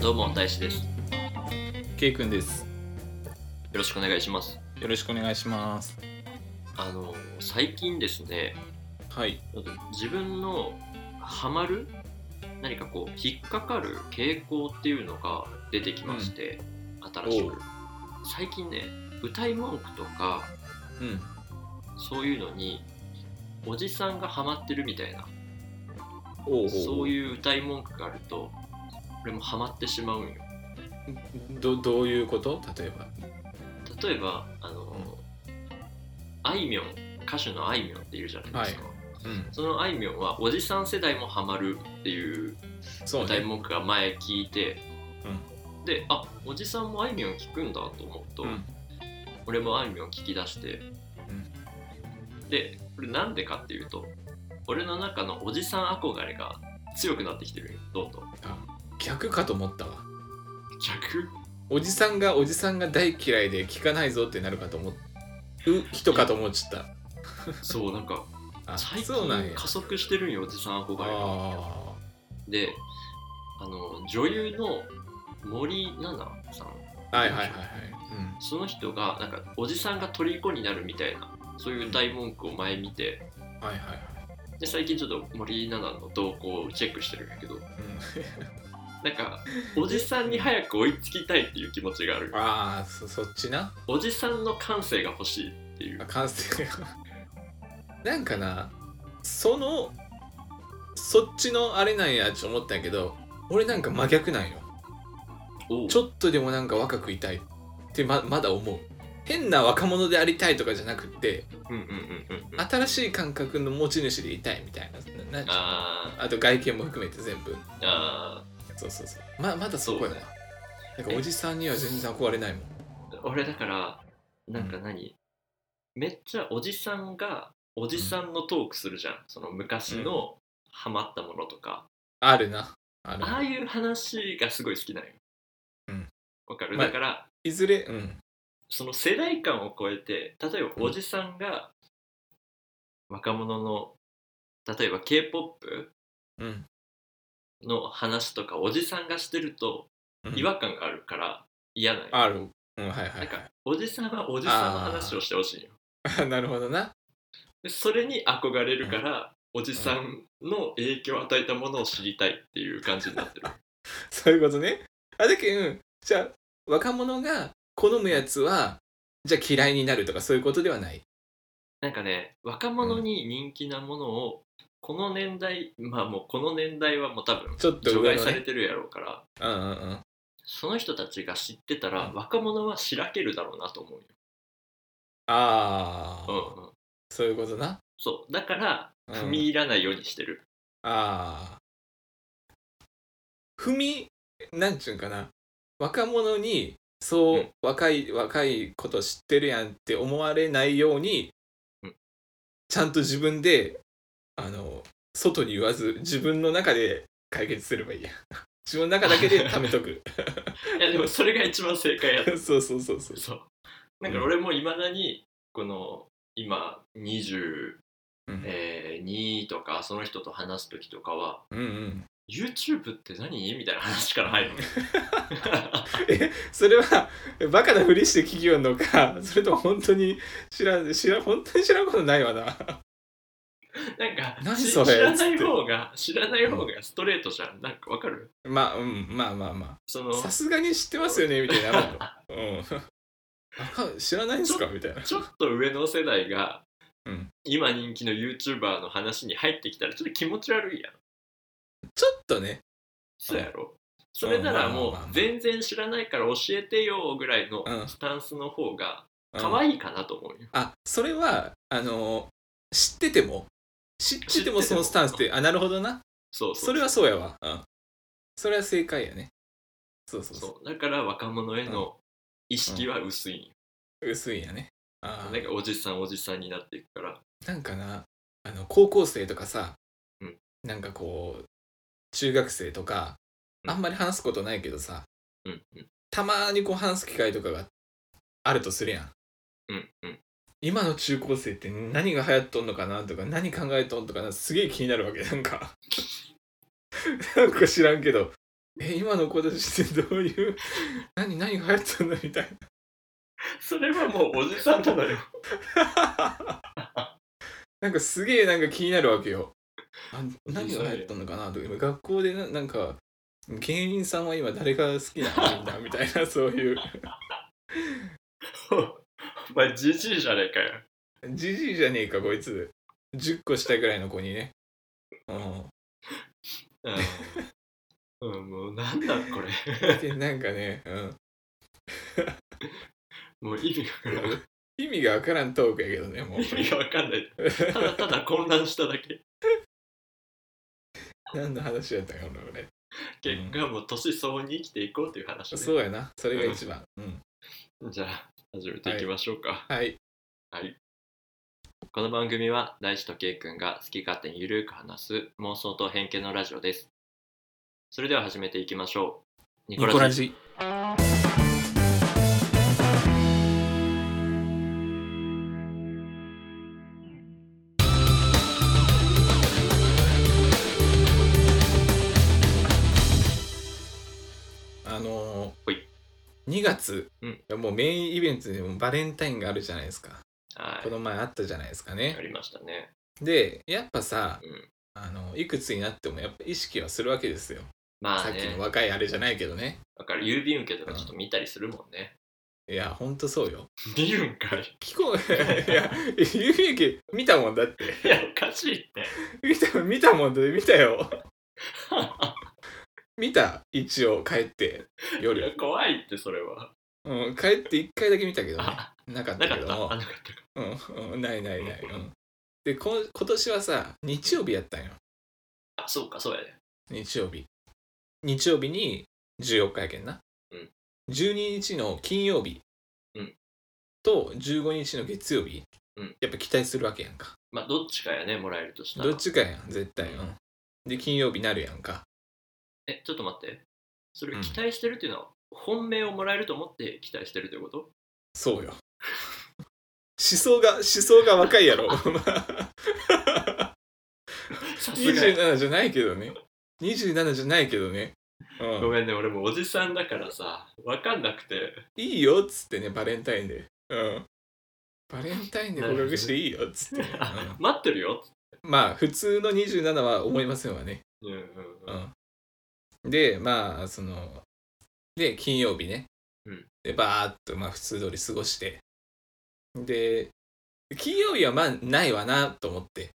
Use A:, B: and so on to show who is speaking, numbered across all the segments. A: どうも大志ですよ
B: K 君です
A: ろしくお願いします
B: よろしくお願いします
A: あの最近ですね
B: はい
A: 自分のハマる何かこう引っかかる傾向っていうのが出てきまして、新し
B: お
A: く
B: う
A: 最近ね歌い文句とか
B: うん
A: そういうのにおじさんがハマってるみたいな
B: おう
A: そう
B: う
A: いう歌い文句があると俺もハマってしまうんよ
B: どどういうこと例えば
A: 例えばあのあいみょん歌手のあいみょんっているじゃないですか、
B: うん
A: そのあいみょんはおじさん世代もハマるっていう
B: そう
A: 歌い
B: ね
A: 文句が前聞いて、であおじさんもあいみょん聞くんだと思うと、
B: うん
A: 俺もあいみょん聞き出して、でこれなんでかっていうと俺の中のおじさん憧れが強くなってきてるよどんどん
B: 逆かと思ったわ
A: 逆
B: おじさんがおじさんが大嫌いで聞かないぞってなるかと思う人かと思っちゃった
A: そうなんか
B: あ
A: 最
B: そうなん
A: 近
B: や
A: 加速してるんよおじさん憧れが
B: あ
A: であの女優の森奈々さん
B: あはいはいはいはい
A: その人がなんかおじさんが虜になるみたいなそういう大文句を前見て
B: うんはいはいはい
A: で最近ちょっと森七々の動向をチェックしてるんやけどなんかおじさんに早く追いつきたいっていう気持ちがある
B: うんああそそっちな
A: おじさんの感性が欲しいっていう
B: あ完成がなんかなそのそっちのあれなんやって思ったんやけど俺なんか真逆なんよ
A: おう
B: ちょっとでもなんか若くいたいってままだ思う変な若者でありたいとかじゃなくて
A: うんうんうんうんうんあ
B: 新しい感覚の持ち主でいたいみたいなななんあ
A: あ
B: あと外見も含めて全部
A: ーあ
B: そうそうそうままだそこやな
A: そう
B: なんかおじさんには全然憧れないもん
A: ー俺だからなんか何、めっちゃおじさんがおじさんのトークするじゃんその昔のハマったものとか、
B: あるなある
A: ああいう話がすごい好きなんよ
B: うん
A: わかる
B: まあ
A: だから、
B: いずれうん
A: その世代間を超えて例えばおじさんが若者の例えば k p o
B: うん、
A: p の話とかおじさんがしてると
B: うん
A: 違和感があるから嫌なんよ
B: あるうんはいは
A: なん
B: い
A: かおじさんはおじさんの話をしてほしいよ
B: はい なるほどな
A: でそれに憧れるからおじさんの影響を与えたものを知りたいっていう感じになってる
B: そういうことね。あだけど、うん、じゃあ若者が好むやつはじゃあ嫌いになるとかそういうことではない。
A: なんかね若者に人気なものをこの年代まあもうこの年代はもう多分
B: ちょっと
A: 除外
B: 上の
A: され
B: ね。
A: てるやろうから
B: うんうんうん。
A: その人たちが知ってたら、
B: うん
A: 若者はしらけるだろうなと思うよ。
B: ああ、
A: うんうん、
B: そういうことな。
A: そうだから
B: うん
A: 踏み入らないようにしてる。
B: ああ。踏みなんちゅうんかな若者にそう、
A: うん
B: 若い若いこと知ってるやんって思われないように、
A: うん
B: ちゃんと自分であの外に言わず自分の中で解決すればいいや 自分の中だけで貯めとく
A: いやでもそれが一番正解やと
B: そうそうそう そう
A: そうなんか俺もいまだにこの今22、
B: うん
A: えー2とかその人と話す時とかは
B: うんうん、
A: 「YouTube って何?」みたいな話から入るの
B: それはえバカなふりして企業のかそれとも本当に知らん知らん本当に知らんことないわな
A: なんか
B: 何
A: し
B: それ
A: 知らな
B: つ
A: い
B: って
A: 方が知らない方がストレートじゃんなんかわかる
B: まあうんまあまあまあ
A: その
B: さすがに知ってますよねみたいなのあるの。うん。 あ知らないんすかみたいな。
A: ちょっと上の世代が、
B: うん
A: 今人気の YouTuber の話に入ってきたらちょっと気持ち悪いやん。
B: ちょっとね。
A: そうやろ。それならもう
B: まあまあまあまあ
A: 全然知らないから教えてよぐらいの
B: うん
A: スタンスの方が
B: うん
A: 可愛いかなと思うよ。
B: あそれはあの知ってても知っててもそのスタンスってあなるほどな。
A: そうそう
B: それはそうやわ。うん。それは正解やね。そうそうそ
A: そうだから若者への意識は薄いんよ、
B: う。薄いんやね。あー
A: なんかおじさんおじさんになっていくから。
B: なんかなあの高校生とかさ、
A: うん
B: なんかこう中学生とか
A: うん
B: あんまり話すことないけどさ、
A: うんうん
B: たまにこう話す機会とかがあるとするやん。
A: うん うん。
B: 今の中高生って何が流行っとんのかなとか何考えとんとかなすげえ気になるわけなんかなんか知らんけどえ今の子たちってどういう何何が流行ってんのみたい
A: それはもうおじさんなのよ
B: ななんかすげえなんか気になるわけよあ何が流行ったのかなとか今学校でななんか芸人さんは今誰が好きなんだみたいなそういう
A: お前じじいじゃねえかよ
B: じじいじゃねえかこいつ10個下ぐらいの子にねうん
A: うん、うん、もうなんだこれ
B: でなんかね、うん、
A: もう意味がわからん
B: 意味がわからんトークやけどねもう
A: 意 味がわかんないただただ混乱しただけ
B: 何の話やったかな俺
A: 結果もう年相応に生きていこうという話ね
B: そうやなそれが一番、うん、
A: じゃあ始めていきましょうか、
B: はい
A: この番組は大志とけいくんが好き勝手にゆるく話す妄想と偏見のラジオですそれでは始めていきましょうニコラジ
B: ジあの
A: ほい
B: 2月、
A: うん
B: いやもうメインイベントでもバレンタインがあるじゃないですか
A: は
B: この前あったじゃないですか
A: い
B: ね
A: やりましたね
B: でやっぱさ
A: うん
B: あのいくつになってもやっぱ意識はするわけですよ、
A: ま
B: さ
A: あ
B: っき
A: ね
B: の若いあれじゃないけどね
A: だから郵便受けとかちょっと見たりするもんね、
B: いやほんとそうよ
A: 見るんかい
B: 聞こえ いや郵便受け見たもんだって
A: いやおかしいって
B: 見た見たもんだって見たよ見た一応帰って
A: いや
B: 夜、
A: 怖いってそれは
B: うん、帰って1回だけ見たけどね
A: あ
B: なかっ
A: なか
B: たけ
A: っ
B: ど
A: た
B: も
A: あなかっ
B: うん、うん、ないないない、うん、でこ今年はさ日曜日やったんよ
A: たあそうかそうやね
B: 日曜日日曜日に14日やけんな、
A: うん
B: 12日の金曜日
A: うん
B: と15日の月曜日、
A: うん
B: やっぱ期待するわけやんか
A: まあどっちかやねもらえるとしたら
B: どっちかやん絶対、
A: う
B: うんん、で金曜日なるやんか
A: えちょっと待ってそれ
B: うん
A: 期待してるっていうのは、本命をもらえると思って期待してるということ
B: そうよ思想が思想が若いや ろ
A: さすがや
B: 27じゃないけどね27じゃないけどね、う
A: ご
B: ん、
A: めんね俺もうおじさんだからさ分かんなくて
B: いいよっつってねバレンタインで、うん、バレンタインで告白していいよっつっ て、ねうん
A: 待ってるよ
B: まあ普通の27は思いませんわね。
A: うんうんうん
B: うん、でまあそので金曜日ね、
A: うん
B: でバーっとまあ普通通り過ごしてで金曜日はまあないわなと思って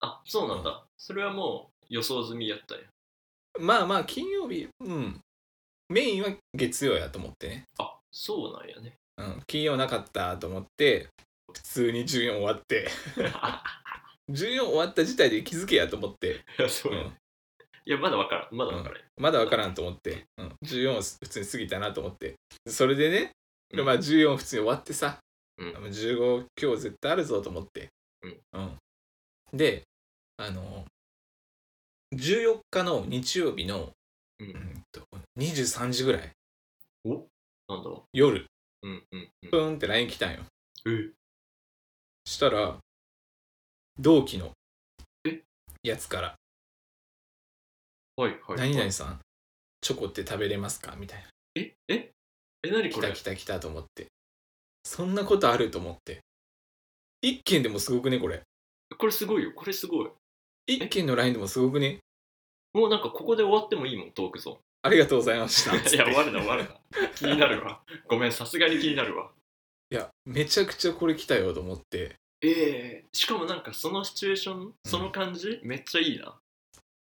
A: あそうなんだ、それはもう予想済みやったんや
B: まあまあ金曜日うんメインは月曜やと思ってね、
A: あそうなんやね
B: うん、金曜なかったと思って普通に14終わって14終わった時点で気づけやと思って、
A: いやそう
B: う
A: や、ね
B: ん、
A: いやまだ分からんまだ分からん、
B: まだわからんと思って、うん、14を普通に過ぎたなと思ってそれでね、
A: うん
B: まあ14普通に終わってさ、
A: うん
B: あの15今日絶対あるぞと思って、
A: うん
B: うんであの14日の日曜日の、
A: う、
B: うんんと、23時ぐらい
A: なんだろ
B: 夜
A: ううんうんうん
B: プーンって LINE 来たんよ
A: え
B: したら同期の
A: え
B: やつから
A: はいは
B: 「
A: い
B: 何々さんチョコって食べれますか?」みたいな
A: えええ何
B: 来
A: こ
B: た
A: れ
B: 来た来たと思ってそんなことあると思って一件でもすごくねこれ
A: これすごいよこれすごい
B: 一件の LINE でもすごくね
A: もうなんかここで終わってもいいもんトークゾーン
B: ありがとうございました
A: いや、終わるな、終わるな。気になるわ。ごめん、さすがに気になるわ。
B: いやめちゃくちゃこれ来たよと思って
A: ええしかもなんかそのシチュエーション、その感じ、めっちゃいいな。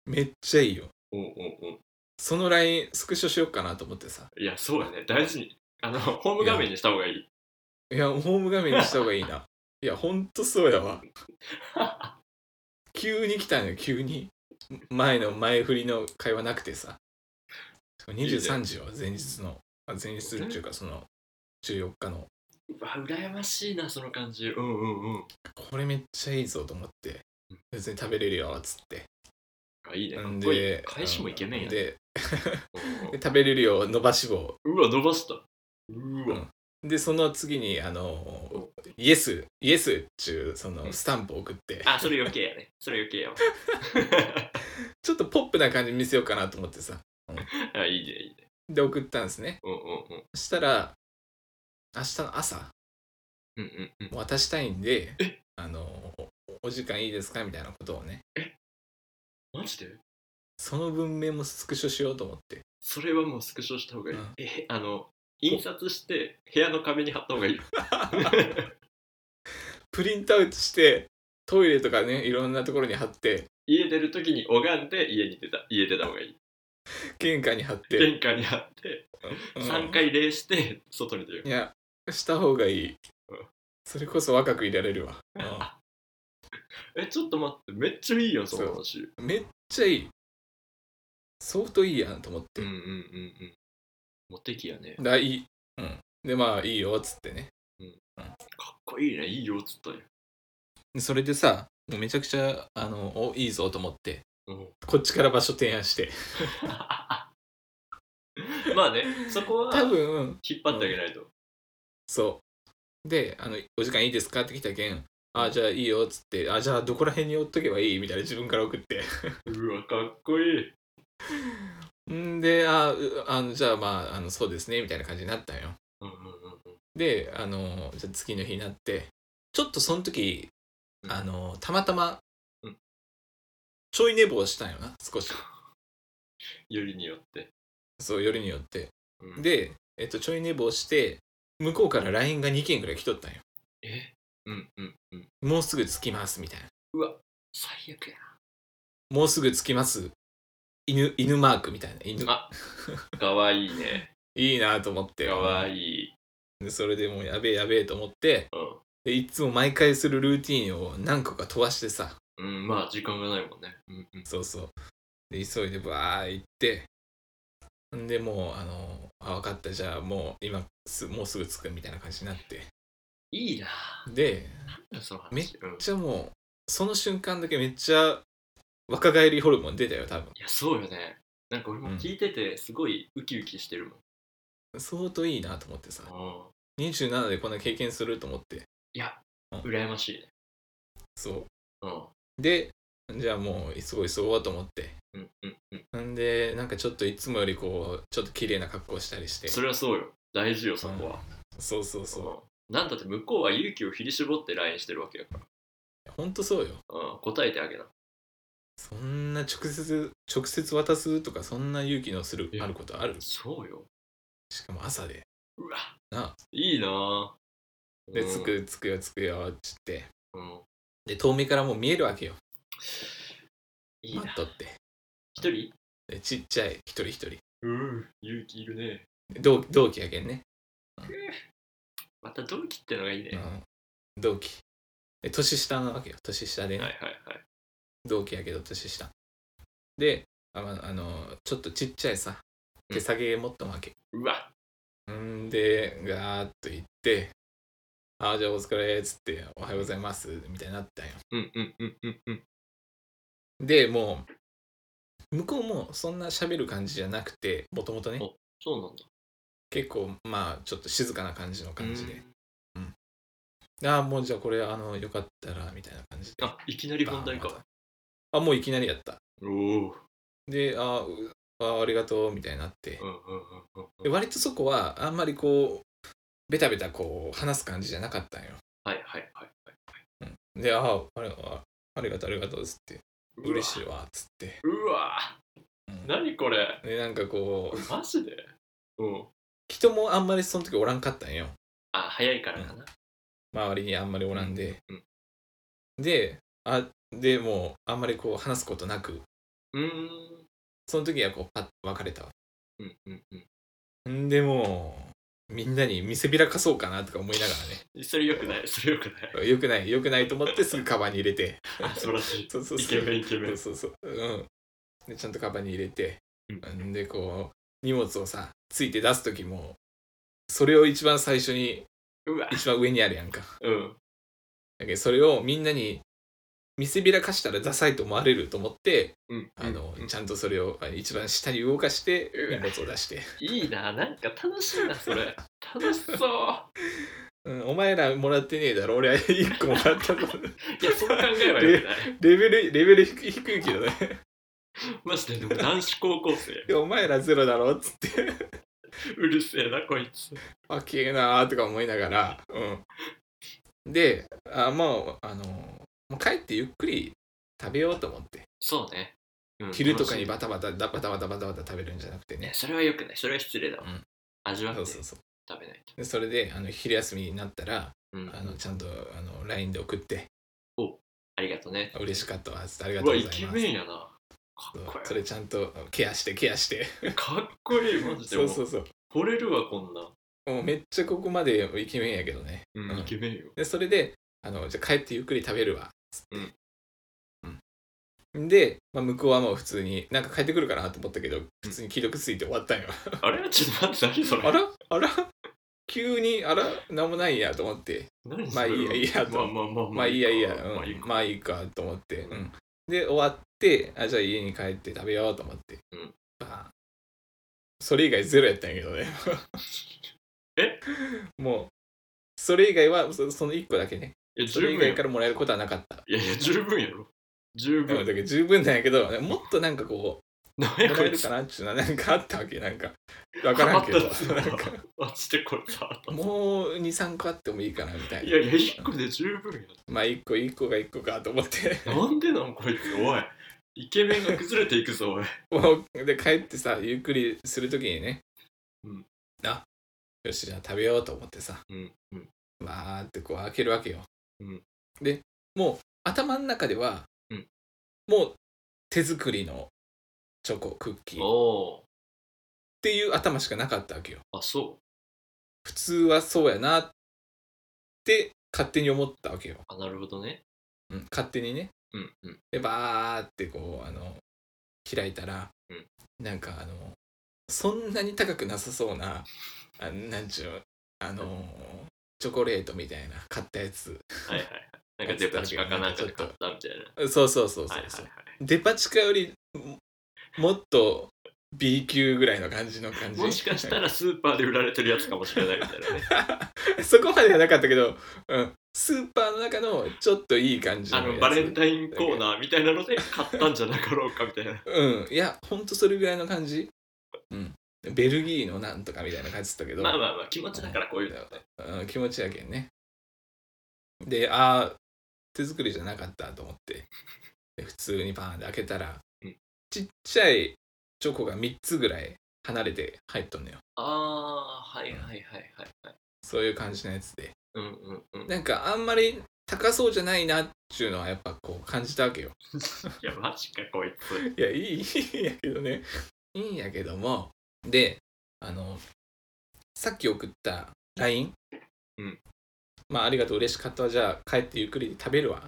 B: めっちゃいいよ
A: おうおうおう
B: その LINE スクショしようかなと思ってさ
A: いや、そうだね、大事に。あの、ホーム画面にした方がいい。
B: いやホーム画面にした方がいい ないやほんとそうやわ急に来たのよ急に前の前振りの会話なくてさ23時よ前日のあ前日っていうかその14日の
A: うわ、羨ましいな、その感じ。うんうんうん。
B: これめっちゃいいぞと思って
A: うん
B: 別に食べれるよっつって
A: あ、いいね。か
B: な
A: っ
B: ん
A: こいい
B: で。
A: 返しもイケメンやね。
B: で
A: うんうん
B: で食べれるよ伸ばし棒
A: うわ、伸ばした。うわ。
B: でその次にあのイエスイエスっちゅうそのスタンプ送って
A: あ、それ余計やね。それ余計やわ。
B: ちょっとポップな感じ見せようかなと思ってさ、
A: あいいねいいね
B: で送ったんですね
A: うんうん
B: そしたら明日の朝
A: うんうんうんうん
B: 渡したいんであのおお時間いいですかみたいなことをね
A: マジで
B: その文面もスクショしようと思って
A: それはもうスクショした方がいい、
B: うん
A: えあの印刷して部屋の壁に貼った方 がいいよ
B: プリントアウトしてトイレとかねいろんなところに貼って
A: 家出る時に拝んで家に出た家出た方がいい
B: 玄関に貼って、
A: 玄関に貼って
B: うん
A: 3回礼して外に出る
B: いやした方がいい
A: うん
B: それこそ若くいられるわ、う
A: えちょっと待ってめっちゃいいよその話
B: んめっちゃいいソフトいいやんと思って、
A: うんうんうんうんモテキやね
B: だいい、うん、でまあいいよっつってね
A: かっこいいねいいよっつったよ、
B: それでさもうめちゃくちゃあのおいいぞと思って
A: うん、
B: こっちから場所提案して
A: まあねそこは
B: 多分
A: 引っ張ってあげないと、
B: そうであの「お時間いいですか?」って来たけん「あじゃあいいよ」っつって「あじゃあどこら辺に置っとけばいい?」みたいな自分から送って
A: うわかっこいい
B: んであうあのじゃあまああのそうですねみたいな感じになったんよ
A: うんうんうんうん
B: であのじゃあ次の日になってちょっとその時
A: うん
B: あのたまたま
A: うん
B: ちょい寝坊したんよな少し
A: よりによって、
B: そうよりによって
A: うん、
B: で、えっと、ちょい寝坊して向こうから LINE が2件ぐらい来とったんよ
A: えうんうんうん
B: もうすぐ着きますみたいな
A: 最悪や
B: もうすぐ着きます犬犬マークみたいな犬
A: あかわいいね
B: いいなと思って
A: かわいい、
B: でそれでもうやべえやべえと思って
A: うん
B: でいつも毎回するルーティンを何個か飛ばしてさ
A: うん、まあ時間がないもんね。うんうん、
B: そうそうで急いでバー行ってんでもうあのあ分かったじゃあもう今すもうすぐ着くみたいな感じになって
A: いいな
B: で
A: ぁその話。
B: め
A: うん、い
B: じゃあもうその瞬間だけめっちゃ若返りホルモン出たよ多分
A: や、そうよね。なんか俺も聞いてて、すごいウキウキしてる
B: 相当いいなと思ってさ
A: もん。うん、
B: 27でこんな経験すると思って
A: いや、
B: うん
A: 羨ましいね。
B: そ
A: うん、
B: うでじゃあもう急ごう急ごうと思って
A: うん、うん、うん。
B: なんでなんかちょっといつもよりこうちょっと綺麗な格好したりして
A: それはそうよ。大事よ、そこは。
B: そうそうそう
A: うん。なんだって向こうは勇気を振り絞って LINE してるわけやか
B: ほんとそうよ
A: ら。うん、答えてあげな。
B: そんな直接直接渡すとかそんな勇気のする
A: いや
B: あることある
A: そうよ。
B: しかも朝で
A: うわ
B: ない
A: いなぁ。
B: で
A: うん
B: 着。く着くよ着くよっつって
A: うん。
B: で遠目からもう見えるわけよ
A: いいな
B: 待っとって
A: 一人
B: でちっちゃい一人一人
A: うん、勇気いるね。
B: で同同期やけんね、
A: また同期ってのがいいね。
B: う
A: は
B: ん、同期で年下なわけよ年下でね、
A: いはいはい。
B: 同期やけど年下であまあのちょっとちっちゃいさ手提げ持ったわけ、
A: うわ
B: んで、ガーッと行って、あーじゃあお疲れっつって、おはようございますみたいになったんよ。
A: うんうんうんうんうん。
B: で、もう、向こうもそんな喋る感じじゃなくて、もともとね
A: お、そうなんだ。
B: 結構、まあ、ちょっと静かな感じの感じ
A: うん
B: で、ああ、もうじゃあこれ、あの、よかったら、みたいな感じで。
A: あ、いきなり本題
B: バーン
A: か。。
B: あ、もういきなりやった。
A: おお。うん
B: で、あーうあー、ありがとう、みたいになって
A: う。んうんう
B: で
A: ん。
B: 割とそこは、あんまりこう、ベタベタこう、話す感じじゃなかったんよ。
A: はいはいはい。
B: で、ああ、あれあありがとう、ありがとうっつって、嬉し
A: い。
B: いわっつって。
A: うわ
B: うん
A: 何これ
B: で、なんかこう、
A: マジでうん。
B: 人もあんまりその時おらんかったんよ。
A: あ、早いからかな。
B: 周りにあんまりおらんで。
A: うん
B: で、あでもう、あんまりこう、話すことなく、
A: うーん。
B: その時はこう、パッと別れたわ
A: うんうんうん。
B: んでもう、みんなに見せびらかそうかなとか思いなが
A: それよくない、それよくない。
B: らね、よくない、よくないと思って、すぐカバンに入れて。
A: あ素晴らし
B: そうそ
A: い。
B: う
A: イ
B: そう。
A: ケメンイケメン。
B: そうそうそう。うん。で、ちゃんとカバンに入れて、
A: うん
B: んでこう荷物をさついて出す時もそれを一番最初に
A: うわ
B: 一番上にあるやんか
A: うん。
B: だけどそれをみんなに見せびらかしたらダサいと思われると思って
A: うん。
B: あの、
A: うん
B: ちゃんとそれをあ一番下に動かして
A: う
B: 荷
A: わ
B: 物を出して、
A: いいな、なんか楽しいな、そ れ。楽しそう。
B: うん、お前らもらってねえだろ俺は1個もらったぞ
A: いや、そう考えはよくない。
B: レベルレベル低いけどね
A: マジででも男子高校生
B: いやお前らゼロだろっつって
A: うるせえなこいつ
B: あきえなーとか思いながら、うん、であまああのもう帰ってゆっくり食べようと思って
A: そうね、うん
B: 昼とかに
A: 楽し
B: バタバタだバタバタバタバタ食べるんじゃなくて
A: いね
B: ね
A: それはよくないそれは失礼だわ、
B: うん
A: 味わって
B: そう
A: 食
B: そうそう
A: べないと、
B: でそれであの昼休みになったら
A: うん、
B: あのちゃんとあの LINE で送って
A: ありがとうね
B: 嬉しかったわっつってありが
A: う
B: とう
A: わ
B: ござい
A: イ
B: ます
A: ケメンやなかっこ
B: そうそ
A: い
B: れちゃんとケアしてケアして
A: いかっこいいマジで
B: そうそううそう
A: 惚れるわこんな、
B: もうめっちゃここまでイケメンやけどね
A: うん
B: うん
A: イケメンよ
B: でそれであのじゃあ帰ってゆっくり食べるわつって
A: うん、
B: うんで、まあ、向こうはもう普通になんか帰ってくるかなと思ったけど普通に既読ついて終わったんよ
A: あれちょっと待って何それ
B: あらあら急にあらなんもないやと思って
A: 何そ
B: まあ
A: れ
B: いいやいいやと
A: まあまあまあ
B: まあいいやいいや、うん
A: まあいいか
B: まあいいかと思って、
A: うん
B: うんで終わってあじゃあ家に帰って食べようと思って、
A: うん
B: バーンそれ以外ゼロやったんやけどね
A: え
B: もうそれ以外はそその1個だけね
A: いや
B: そ
A: 十
B: れ以
A: 分や
B: 外からもらえることはなかった
A: いやいや十分やろ十
B: うんだ
A: 分
B: けど十分なんやけどもっとなんかこ
A: 何
B: う
A: や
B: も
A: こ
B: らえ
A: い
B: る
A: つ
B: かなっていうのはなんかあったわけなんか分からんけど
A: あった
B: なんか
A: マジでこれさ
B: もう23個あってもいいかなみたい
A: い
B: な
A: やいや1個で十分や
B: まあ1個1個が1個かと思って
A: なんでなんこいつおいイケメンが崩れていくぞおい
B: もう で帰ってさゆっくりするときにね、
A: うん
B: あよしじゃあ食べようと思ってさ
A: うんうん
B: わーってこう開けるわけよ、
A: うん
B: でもう頭の中では、
A: うん
B: もう手作りのチョコクッキーっ
A: お
B: ていう頭しかなかったわけよ
A: おあそう
B: 普通はそうやなって勝手に思ったわけよ、
A: あなるほどね
B: うん、勝手にね
A: うんうん
B: でバーってこうあの開いたら、
A: うん
B: なんかあのそんなに高くなさそうなあなんちゅうあのチョコレートみたいな買ったやつ
A: はいはいはいなんかデパ地下かなんかで買ったみたいな
B: そうそうそうそうそ
A: は
B: う、
A: いはいはい
B: デパ地下よりももっと B 級ぐらいの感じの感じ
A: もしかしたらスーパーで売られてるやつかもしれないみたい なね
B: そこまではなかったけど、うん、スーパーの中のちょっといい感じの
A: あ
B: やつ
A: のバレンタインコーナーみたいなので買ったんじゃなかろうかみたいな
B: うんいやほんとそれぐらいの感じ、うん、ベルギーのなんとかみたいな感じだったけど
A: まあまあまあ気持ちだからこういうのはね
B: うん気持ちやけんねでああ手作りじゃなかったと思ってで普通にパーンって開けた
A: う
B: ら、
A: ん
B: ちっちゃいチョコが3つぐらい離れて入っとんのよ
A: ああはいはいはいはいはい
B: そういう感じのやつで
A: うんうんうん
B: なんかあんまり高そうじゃないなっちゅうのはやっぱこう感じたわけよ
A: いやマジかこいつ
B: いやいいいいんやけどねいいんやけどもであのさっき送った LINE、
A: うん
B: まあありがとう嬉しかったわじゃあ帰ってゆっくり食べるわ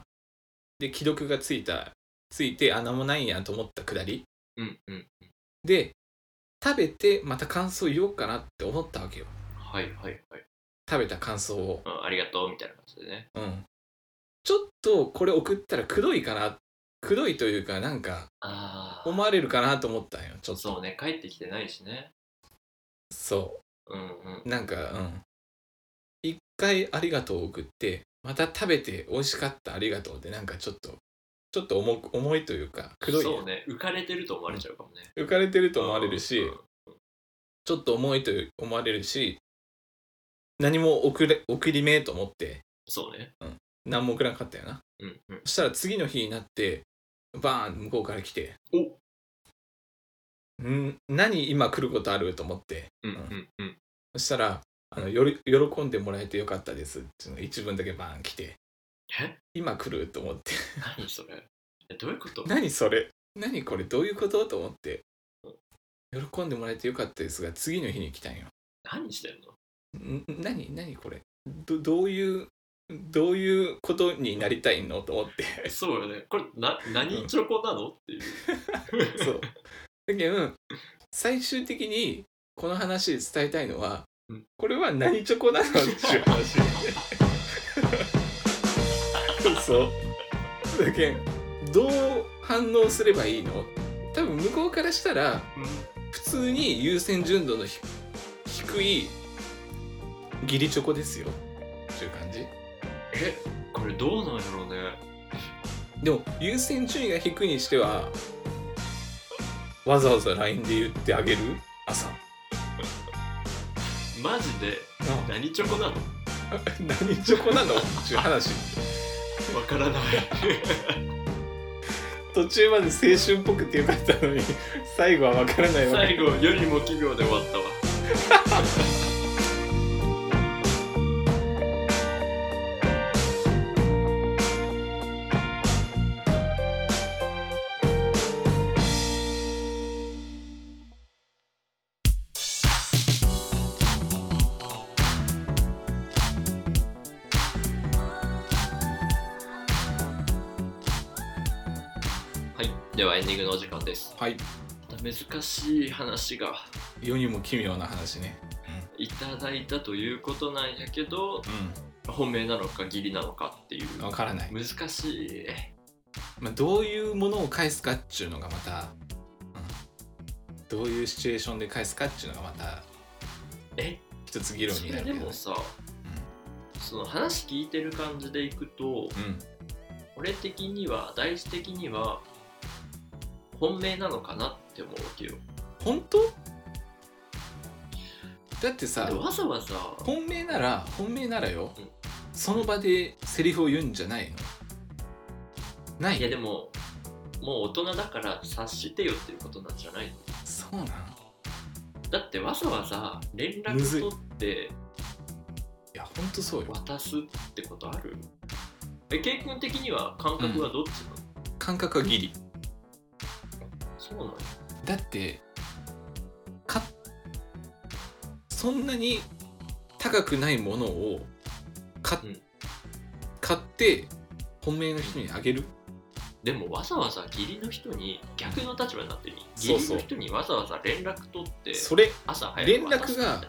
B: で既読がついたついてあ何もないんやと思ったくだり
A: うんうん
B: で食べてまた感想言おうかなって思ったわけよ
A: はいはいはい、
B: 食べた感想を
A: うん、ありがとうみたいな感じでね
B: うんちょっとこれ送ったらくどいかなくどいというかなんか
A: ああ
B: 思われるかなと思ったんよちょっと
A: そうね帰ってきてないしね
B: そう
A: うんうん
B: なんか、うん。一回ありがとうを送って、また食べて美味しかったありがとうって、なんかちょっと、ちょっと重く重いというか、くどい。
A: そうね浮かれてると思われちゃうかもね、
B: 浮かれてると思われるし、
A: うん
B: ちょっと重いという思われるし、何も送れ送り目と思って、
A: そうね
B: 何も送らなかったよな。
A: うんうん
B: そしたら次の日になって、バーン向こうから来て、
A: お
B: ん何今来ることあると思って、
A: うんうんうん
B: そしたら、あのより喜んでもらえてよかったですっていうのが一文だけバーン来て、
A: え
B: 今来ると思って、
A: 何それえどういうこと
B: 何それ何これどういうことと思って、喜んでもらえてよかったですが、次の日に来たんよ。
A: 何してんの
B: ん何何これどどういう、どういうことになりたいのと 思って。
A: えそうよねこれな何チョコなのっていう
B: そう。だけど、最終的にこの話で伝えたいのは
A: うん、
B: これは何チョコなのっていう話。 そう。だけんどう反応すればいいの多分向こうからしたら
A: うん
B: 普通に優先順度のひ低い義理チョコですよっていう感じ
A: えこれどうなんやろうね
B: でも優先順位が低いにしてはわざわざ LINE で言ってあげる朝 な
A: マジで
B: あ
A: 何チョコなの
B: 何チョコなのっていう話
A: わからない
B: 途中まで青春っぽくてよかったのに最後は分からないわけ
A: 最後よりも奇妙で終わったわはいではエンディングのお時間です
B: はい
A: また難しい話が
B: 世にも奇妙な話ね
A: いただいたということなんやけど本命なのか義理なのかっていう
B: うん分からない、
A: 難しい
B: まあ、どういうものを返すかっちゅうのがまた、うんどういうシチュエーションで返すかっちゅうのがまた
A: え
B: 一つ議論
A: そ
B: に
A: れ
B: なる
A: で
B: けどね
A: もさその話聞いてる感じでいくと
B: うん
A: 俺的には大事的には本命なのかなって思うわけよ
B: 本当だってさ
A: でわざわざ
B: 本命なら本命ならよ、
A: うん
B: その場でセリフを言うんじゃないのない
A: いやでももう大人だから察してよっていうことなんじゃない
B: そうなんい
A: だってわざわざ連
B: むずい
A: 絡取って
B: やほんとそうよ
A: 渡すってことあるえケイ君的には感覚はどっちなの、
B: 感覚はギリ
A: そうなの
B: だってかそんなに高くないものを買,、
A: うん
B: 買って本命の人にあげる
A: でもわざわざ義理の人に逆の立場になってる
B: そう
A: 義理
B: そう
A: の人にわざわざ連絡取って
B: それ
A: 朝早く渡すみたいな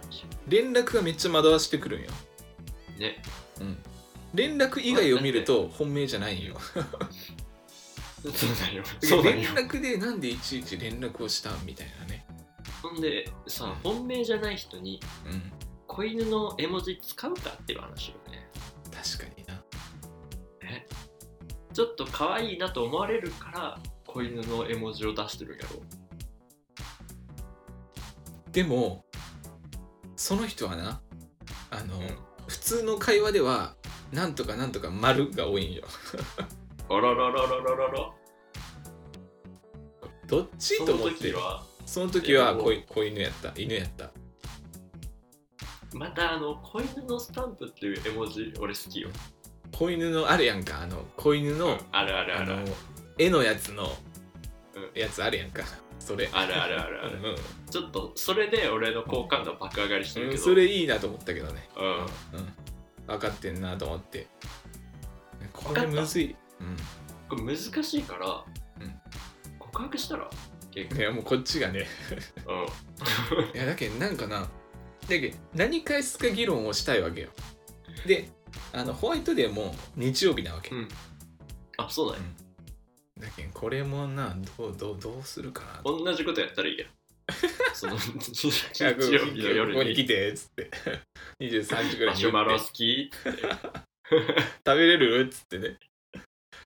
B: 連絡がめっちゃ惑わしてくるんよ、
A: ね
B: うん、連絡以外を見ると本命じゃないんよ
A: そうだよ そうだ
B: 連
A: よ
B: 絡でなんでいちいち連絡をしたんみたいなね、
A: ほんでさ本命じゃない人に
B: うん、
A: 子犬の絵文字使うかっていう話よね
B: 確かにな
A: ねちょっと可愛いなと思われるから子犬の絵文字を出してるんやろ
B: でもその人はなあの、
A: うん
B: 普通の会話ではなんとかなんとか丸が多いんよ
A: あららららららら
B: どっち
A: そ
B: と
A: の
B: 思って
A: 時
B: る
A: は
B: その時は
A: でも
B: 子子犬やった犬やった
A: またあの子犬のスタンプっていう絵文字俺好きよ
B: 子犬のあるやんかあの子犬の、
A: あるある
B: あ
A: ある
B: の絵のやつの
A: う
B: やつあるやんかそれ
A: あるあるあるある
B: うん
A: ちょっとそれで俺の好感度爆上がりしてる
B: う
A: け
B: ん、
A: ど、
B: それいいなと思ったけどね
A: うん
B: うん、分かってんなと思ってこ
A: かった
B: れむずい、
A: これ難しいから、
B: うん
A: 告白したら結
B: うん、いやもうこっちがね
A: 構、うん、
B: いやだけどなんかなだけど何返すか議論をしたいわけよであのホワイトデーも日曜日なわけ、
A: うんあそうだね
B: だけどこれもなどうどうどうするかな
A: 同じことやったらい いやんその日曜
B: 100
A: 日の夜
B: ここに来
A: に
B: てっつって 23時ぐ
A: マ
B: らいに
A: シュ
B: 言
A: マロ
B: って
A: 好き
B: 食べれるっつってね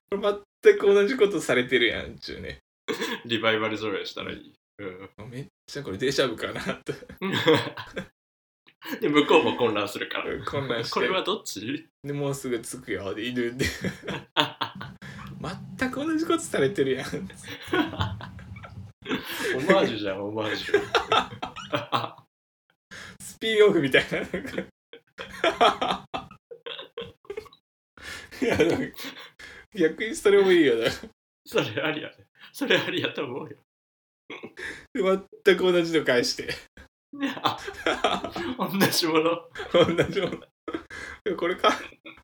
B: これ全く同じことされてるやんっちゅうね
A: リバイバル上映したらいい、うん、
B: めっちゃこれデジャブかな と
A: で向こうも混乱するから
B: 混乱して
A: これはどっ ち
B: でもうすぐ着くよで 犬で全く同じことされてるやん
A: オマージュじゃんオマージュ
B: スピンオフみたいな なんかいやなんか逆にそれもいいよな
A: それありやねそれありやと思うよ
B: 全く同じの返して
A: ねあ同じもの
B: 同じものいやこれか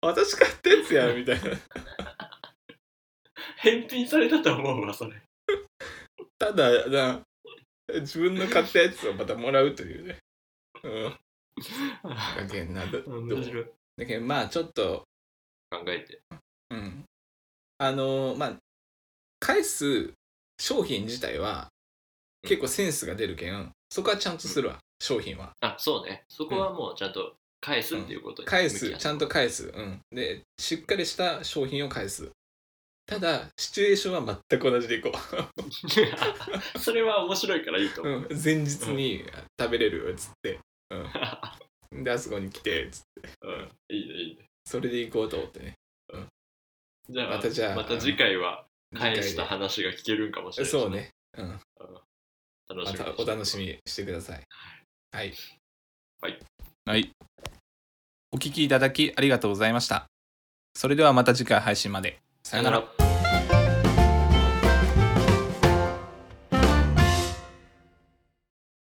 B: 私買ったやつやみたいな
A: 返品されたと思うわそれ
B: ただな自分の買ったやつをまたもらうというねうんだけんなだ
A: 面白い
B: だけんまあちょっと
A: 考えて
B: うん、あのーまあ返す商品自体は
A: うん
B: 結構センスが出るけん、そこはちゃんとするわ、商品は
A: あそうねそこはもうちゃんと返すっていうことに
B: 返すちゃ
A: ん
B: んと返すうんでしっかりした商品を返すただシチュエーションは全く同じでいこ
A: それは面白いからいいと
B: う、
A: 思う。
B: うん前日に食べれるよっつって、うん、 であそこに来てつって
A: うん、いいね、いいね。
B: それで行こうと思ってね
A: じゃあ、
B: またじゃあ
A: また次回は返し
B: 次
A: た
B: 回
A: 話が聞けるんかもしれ
B: で
A: ない。
B: そう。ね、うん、
A: 楽
B: ま
A: しみに
B: た
A: して
B: お楽しみにしてくださいはい
A: はい
B: はいお聞きいただきありがとうございましたそれではまた次回配信までさ
A: さ
B: よ
A: よ
B: な
A: な
B: ら
A: ら。